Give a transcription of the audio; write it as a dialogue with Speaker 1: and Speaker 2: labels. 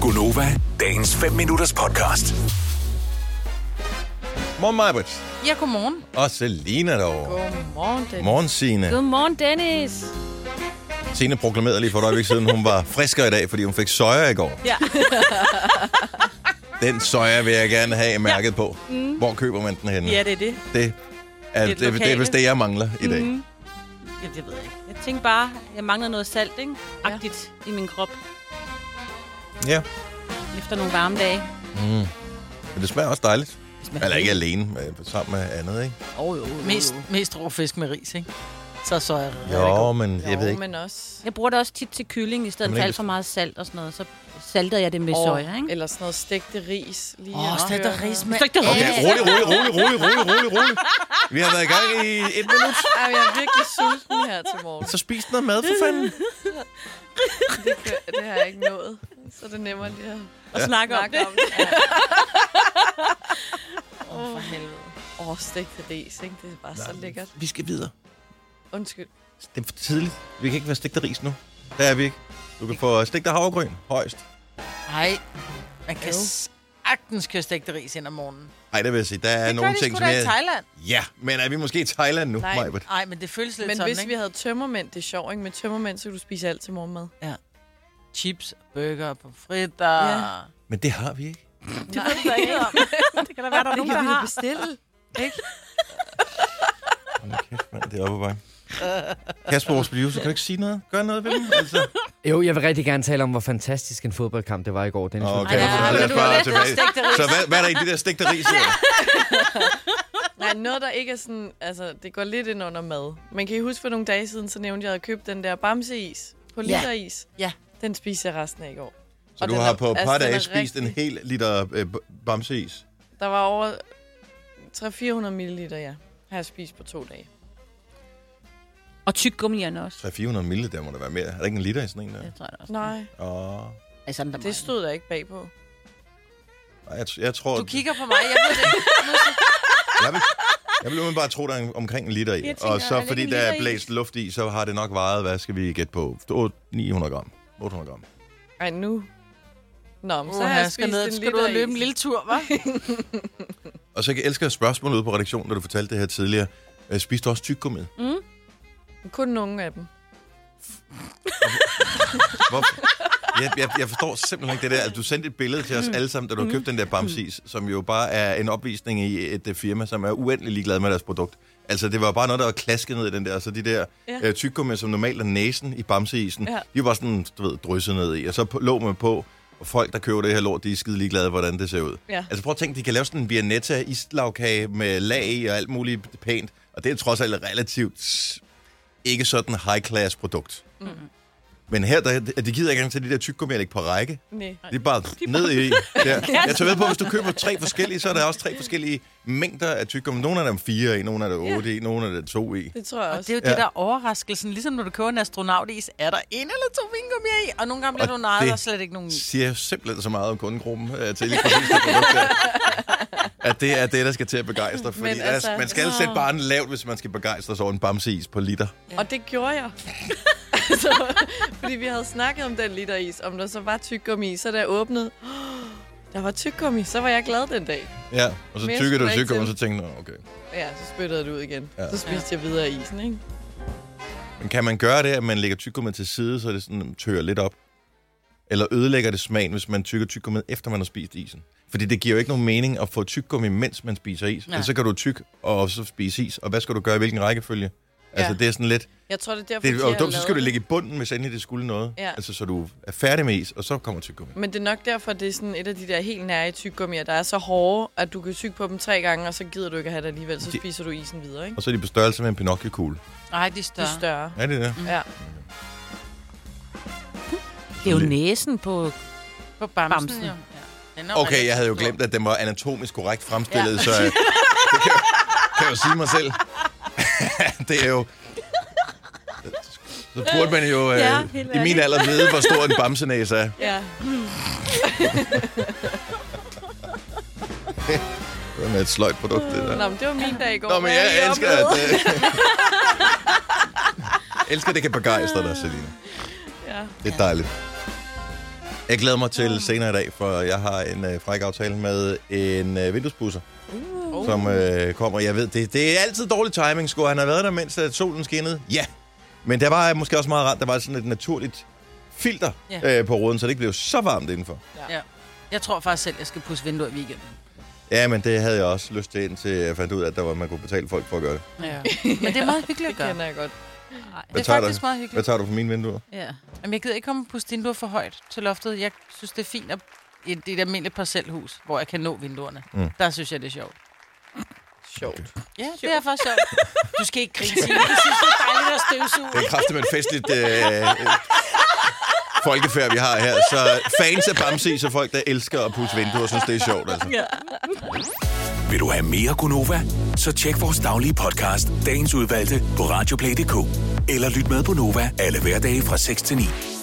Speaker 1: Gunova, dagens 5 minutters podcast.
Speaker 2: Morgen, Majbert.
Speaker 3: Ja, godmorgen.
Speaker 2: Og Selina derovre.
Speaker 3: Godmorgen, Dennis.
Speaker 2: Morgen, Signe.
Speaker 4: Godmorgen, Dennis.
Speaker 2: Signe proklamerede lige for et øjeblik siden, hun var friskere i dag, fordi hun fik soja i går.
Speaker 4: Ja.
Speaker 2: Den soja vil jeg gerne have mærket på. Hvor køber man den henne?
Speaker 4: Ja, det er det.
Speaker 2: Det er, det, det,
Speaker 4: Det
Speaker 2: det er
Speaker 4: lokale.
Speaker 2: vist det, jeg mangler i dag. Mm.
Speaker 4: Ja, det ved jeg ikke. Jeg tænkte bare, jeg mangler noget salt, ikke? Agtigt ja. i min krop
Speaker 2: Ja,
Speaker 4: efter nogle varme dage.
Speaker 2: men det smager også dejligt. Eller ikke alene, men sammen med andet, ikke?
Speaker 5: Oh, jo, jo,
Speaker 6: Mest,
Speaker 5: jo.
Speaker 6: mest rå fisk med ris, ikke? Så så er det
Speaker 2: Jo, men jeg ved
Speaker 5: jo
Speaker 2: ikke.
Speaker 5: men også...
Speaker 4: Jeg bruger det også tit til kylling, i stedet
Speaker 2: Jamen,
Speaker 4: for
Speaker 2: ikke
Speaker 4: alt for meget salt og sådan noget. Så saltede jeg det med
Speaker 5: Og-
Speaker 4: soja, ikke?
Speaker 5: Eller sådan noget stegte ris. Lige
Speaker 6: Åh,
Speaker 5: at
Speaker 6: stegte
Speaker 5: køre
Speaker 6: ris
Speaker 5: noget.
Speaker 6: med...
Speaker 4: Så ikke det
Speaker 2: Okay, rolig, rolig, rolig, rolig, rolig, rolig, rolig. Vi har været i gang i et minut.
Speaker 5: Ej, jeg er virkelig sulten her til morgen.
Speaker 2: Så spis noget mad, for fanden.
Speaker 5: Det, kan, det har jeg ikke nået. Så det er nemmere lige at
Speaker 4: og snakke om
Speaker 5: snakke
Speaker 4: det.
Speaker 5: om det. Ja. Åh, for helvede. Åh, stegte ris, ikke? Det er bare så lækkert.
Speaker 2: Vi skal videre.
Speaker 5: Undskyld.
Speaker 2: Det er for tidligt. Vi kan ikke være stegte ris nu. Der er vi ikke. Du kan få stegte havregryn højst.
Speaker 6: Nej, man kan sagtens køre stegte ris ind om morgenen.
Speaker 2: Nej, det vil jeg sige. Der er det nogle
Speaker 6: Gør de
Speaker 2: ting,
Speaker 6: sgu
Speaker 2: som
Speaker 6: da i
Speaker 2: jeg...
Speaker 6: Thailand.
Speaker 2: Ja, men er vi måske i Thailand nu,
Speaker 5: Nej.
Speaker 2: Majbert?
Speaker 6: Nej, men det føles lidt
Speaker 5: Men
Speaker 6: sådan,
Speaker 5: hvis
Speaker 6: ikke?
Speaker 5: vi havde tømmermænd, det er sjovt, ikke? Med tømmermænd, så kunne du spise alt til morgenmad.
Speaker 6: Chips, burger, pomfritter.
Speaker 5: Ja.
Speaker 6: Ja.
Speaker 2: Men det har vi ikke.
Speaker 5: Det ved jeg ikke om.
Speaker 4: Det kan da være, der er nogen, der har.
Speaker 5: bestille.
Speaker 2: Hold nu kæft, mand. Det er oppe på Kasper, vores producer, kan du ikke sige noget? Gør noget ved dem? Altså.
Speaker 7: Jo, jeg vil rigtig gerne tale om, hvor fantastisk en fodboldkamp det var i går. Dennis
Speaker 2: Nå,
Speaker 7: okay.
Speaker 2: Okay, så
Speaker 4: Ej, men
Speaker 2: lad
Speaker 4: du
Speaker 2: os
Speaker 4: har
Speaker 2: bare
Speaker 4: lidt
Speaker 2: tilbage.
Speaker 4: stegte ris.
Speaker 2: Så hvad, hvad er der i de der stegte ris her?
Speaker 5: Nej, noget, der ikke er sådan... Altså, det går lidt ind under mad. Man kan I huske, for nogle dage siden, så nævnte jeg, at jeg havde købt den der bamseis på literis.
Speaker 6: Ja.
Speaker 5: Den spiser jeg resten af i går.
Speaker 2: Så
Speaker 5: Og
Speaker 2: du
Speaker 5: den
Speaker 2: har
Speaker 5: er-
Speaker 2: på et
Speaker 5: altså,
Speaker 2: par
Speaker 5: den er
Speaker 2: dage spist en
Speaker 5: rigtig-
Speaker 2: hel liter øh, b- bamseis.
Speaker 5: Der var over 300-400 ml, ja. Har jeg spist på to dage.
Speaker 4: Og tyggegummierne også.
Speaker 2: 300-400 ml, der må der være mere. Er der ikke en liter i sådan en der?
Speaker 4: Det tror jeg da også.
Speaker 5: Nej,
Speaker 2: Åh,
Speaker 4: Altså, sådan der
Speaker 5: det stod der ikke bagpå.
Speaker 2: nej, jeg, jeg tror...
Speaker 6: Du kigger på mig, jeg ved det ikke.
Speaker 2: Jeg vil, jeg vil bare tro, der er omkring en liter i.
Speaker 4: Jeg tænker,
Speaker 2: og
Speaker 4: er
Speaker 2: så
Speaker 4: det
Speaker 2: fordi
Speaker 4: ikke
Speaker 2: der
Speaker 4: en
Speaker 2: er
Speaker 4: liter i?
Speaker 2: blæst luft i, så har det nok vejet, hvad skal vi gætte på? 800 900 gram. 800 gram.
Speaker 5: Ej, nu... Nå, men så
Speaker 6: Så
Speaker 5: har jeg
Speaker 6: jeg skal
Speaker 5: spist
Speaker 6: ned,
Speaker 5: en
Speaker 6: skal du ud
Speaker 5: liter
Speaker 6: og løbe en lille tur, hva'?
Speaker 2: Og så jeg elsker spørgsmålet ude på redaktionen, da du fortalte det her tidligere. Øh, Spiste du også tyggegummi? Mm.
Speaker 5: lille... Kun nogle af dem.
Speaker 2: Hvor... Jeg, jeg, jeg forstår simpelthen ikke det der. Altså, du sendte et billede til os
Speaker 5: Mm.
Speaker 2: alle sammen, da du købte den der Bamsis, som jo bare er en opvisning i et øh, firma, som er uendelig ligeglad med deres produkt. Altså, det var bare noget, der var klasket ned i den der, og så de der ja.
Speaker 5: Ja.
Speaker 2: øh, tyggegummi, som normalt er næsen i bamseisen, ja.
Speaker 5: Ja.
Speaker 2: de var sådan, du ved, drysset ned i, og så på- lå man på, og folk, der køber det her lort, de er skide ligeglade, hvordan det ser ud.
Speaker 5: Ja.
Speaker 2: Altså prøv at tænke, de kan lave sådan en bianetta islagkage med lag i og alt muligt pænt, og det er trods alt et relativt s- ikke sådan high-class produkt. Mm. Men her, der, de gider ikke engang til de der tyggegummi, jeg på række.
Speaker 5: Nej.
Speaker 2: Det er bare ned i. Der. Jeg tager ved på, hvis du køber tre forskellige, så er der også tre forskellige mængder af tyggegummi. Nogle af dem er fire i, nogle af dem er otte i, nogle af dem er to i.
Speaker 5: Det tror jeg
Speaker 6: Og det
Speaker 5: også.
Speaker 6: er jo
Speaker 2: Ja.
Speaker 6: det, der er overraskelsen. Ligesom når du køber en astronautis, er der en eller to vingummier i, og nogle gange bliver
Speaker 2: Og
Speaker 6: du nejet,
Speaker 2: det-
Speaker 6: og slet ikke nogen i.
Speaker 2: Siger simpelthen så meget om kundegruppen øh, til lige præcis det produkt der. At det er det, der skal til at begejstre. Fordi
Speaker 5: Men
Speaker 2: Men altså,
Speaker 5: altså-
Speaker 2: man skal sætte barnen lavt, hvis man skal begejstres over en bamseis på liter.
Speaker 5: Og det gjorde jeg. altså, fordi vi havde snakket om den literis, om der så var tyggegummi i, så da jeg åbnede... Der var tyggegummi, så var jeg glad den dag.
Speaker 2: Ja, og så
Speaker 5: Men jeg
Speaker 2: tykker du
Speaker 5: skulle ikke
Speaker 2: tykker, og så
Speaker 5: til.
Speaker 2: tænker du, okay.
Speaker 5: Ja, så spyttede jeg det ud igen.
Speaker 2: Ja.
Speaker 5: Ja. Så spiste jeg videre isen, ikke?
Speaker 2: Men kan man gøre det, at man lægger tyggegummi til side, så det sådan tør lidt op? Eller ødelægger det smagen, hvis man tykker tyggegummi, efter man har spist isen? Fordi det giver jo ikke nogen mening at få tyggegummi, mens man spiser is.
Speaker 6: Nej.
Speaker 2: Nej. Så kan du tykke og så spise is. Og hvad skal du gøre i hvilken rækkefølge? Altså,
Speaker 5: Ja.
Speaker 2: det er sådan lidt...
Speaker 5: Jeg tror, det er derfor,
Speaker 2: Det
Speaker 5: de
Speaker 2: er jo
Speaker 5: har
Speaker 2: dumt, så skal
Speaker 5: lavet
Speaker 2: du
Speaker 5: det.
Speaker 2: ligge i bunden, hvis endelig det skulle noget.
Speaker 5: Ja. Mm.
Speaker 2: Altså, så du er færdig med is, og så kommer tyggegummi.
Speaker 5: Men det er nok derfor, det er sådan et af de der helt nære tyggegummier, der er så hårde, at du kan tygge på dem tre gange, og så gider du ikke at have det alligevel, så
Speaker 2: De-
Speaker 5: spiser du isen videre, ikke?
Speaker 2: Og så er de på størrelse med en Pinocchio-kugle.
Speaker 6: Nej, de er
Speaker 5: De er
Speaker 6: større.
Speaker 5: større.
Speaker 2: Er det det?
Speaker 5: Ja.
Speaker 4: Det er jo næsen på...
Speaker 6: På bamsen,
Speaker 4: Bamsen.
Speaker 6: bamsen. jo. Ja. Den er
Speaker 2: Okay, jeg
Speaker 6: relativt
Speaker 2: havde jo
Speaker 6: stor.
Speaker 2: glemt, at den var anatomisk korrekt fremstillet, ja. så øh, det kan, jeg- kan jeg jo sige mig selv. det er jo... Så burde man jo øh, ja,
Speaker 4: Ja, helt
Speaker 2: i min
Speaker 4: ærligt.
Speaker 2: alder vide, hvor stor en bamsenæse er.
Speaker 5: Ja.
Speaker 2: Det er med et sløjt produkt, det der.
Speaker 5: Nå, men det var min dag i går.
Speaker 2: Nå, men
Speaker 5: Hvad er
Speaker 2: jeg
Speaker 5: I
Speaker 2: elsker,
Speaker 5: oplevede?
Speaker 2: at... Øh, elsker, at det kan begejstre dig, Selina.
Speaker 5: Ja.
Speaker 2: Det er dejligt. Jeg glæder mig til senere i dag, for jeg har en øh, fræk aftale med en øh, vinduespusser, uh. som øh, kommer. Jeg ved, det, det er altid dårlig timing. Skulle han have været der, mens at solen skinnede? Ja. Men der var jeg måske også meget rart. Der var sådan et naturligt filter
Speaker 4: Ja.
Speaker 2: øh, på ruden, så det ikke blev så varmt indenfor.
Speaker 6: Ja. Jeg tror faktisk selv, jeg skal pusse vinduer i weekenden.
Speaker 2: Ja, men det havde jeg også lyst til, indtil jeg fandt ud af, at der var, man kunne betale folk for at gøre det.
Speaker 6: Ja. Men det er meget hyggeligt at
Speaker 5: Det
Speaker 6: gøre.
Speaker 5: kender jeg godt.
Speaker 6: Det er
Speaker 2: tager
Speaker 6: faktisk
Speaker 2: du?
Speaker 6: meget
Speaker 2: Hvad
Speaker 6: hyggeligt.
Speaker 2: tager du for mine vinduer?
Speaker 4: Ja.
Speaker 6: Jamen, jeg gider ikke komme og pusse vinduer for højt til loftet. Jeg synes, det er fint at i et, et almindeligt parcelhus, hvor jeg kan nå vinduerne. Mm. Der synes jeg, det er sjovt.
Speaker 5: Sjovt.
Speaker 6: Ja, det er faktisk sjovt. Du skal ikke grine, Signe. Jeg synes, det er dejligt at støvsuge.
Speaker 2: Det er kraftigt med et festligt øh, øh, folkefærd, vi har her. Så fans af Bamse, så folk, der elsker at pusse vinduer, synes, det er sjovt. Altså.
Speaker 1: Vil du have mere Gunova? Så tjek vores daglige podcast, dagens udvalgte, på radioplay.dk. Eller lyt med på Nova alle hverdage fra 6 til 9.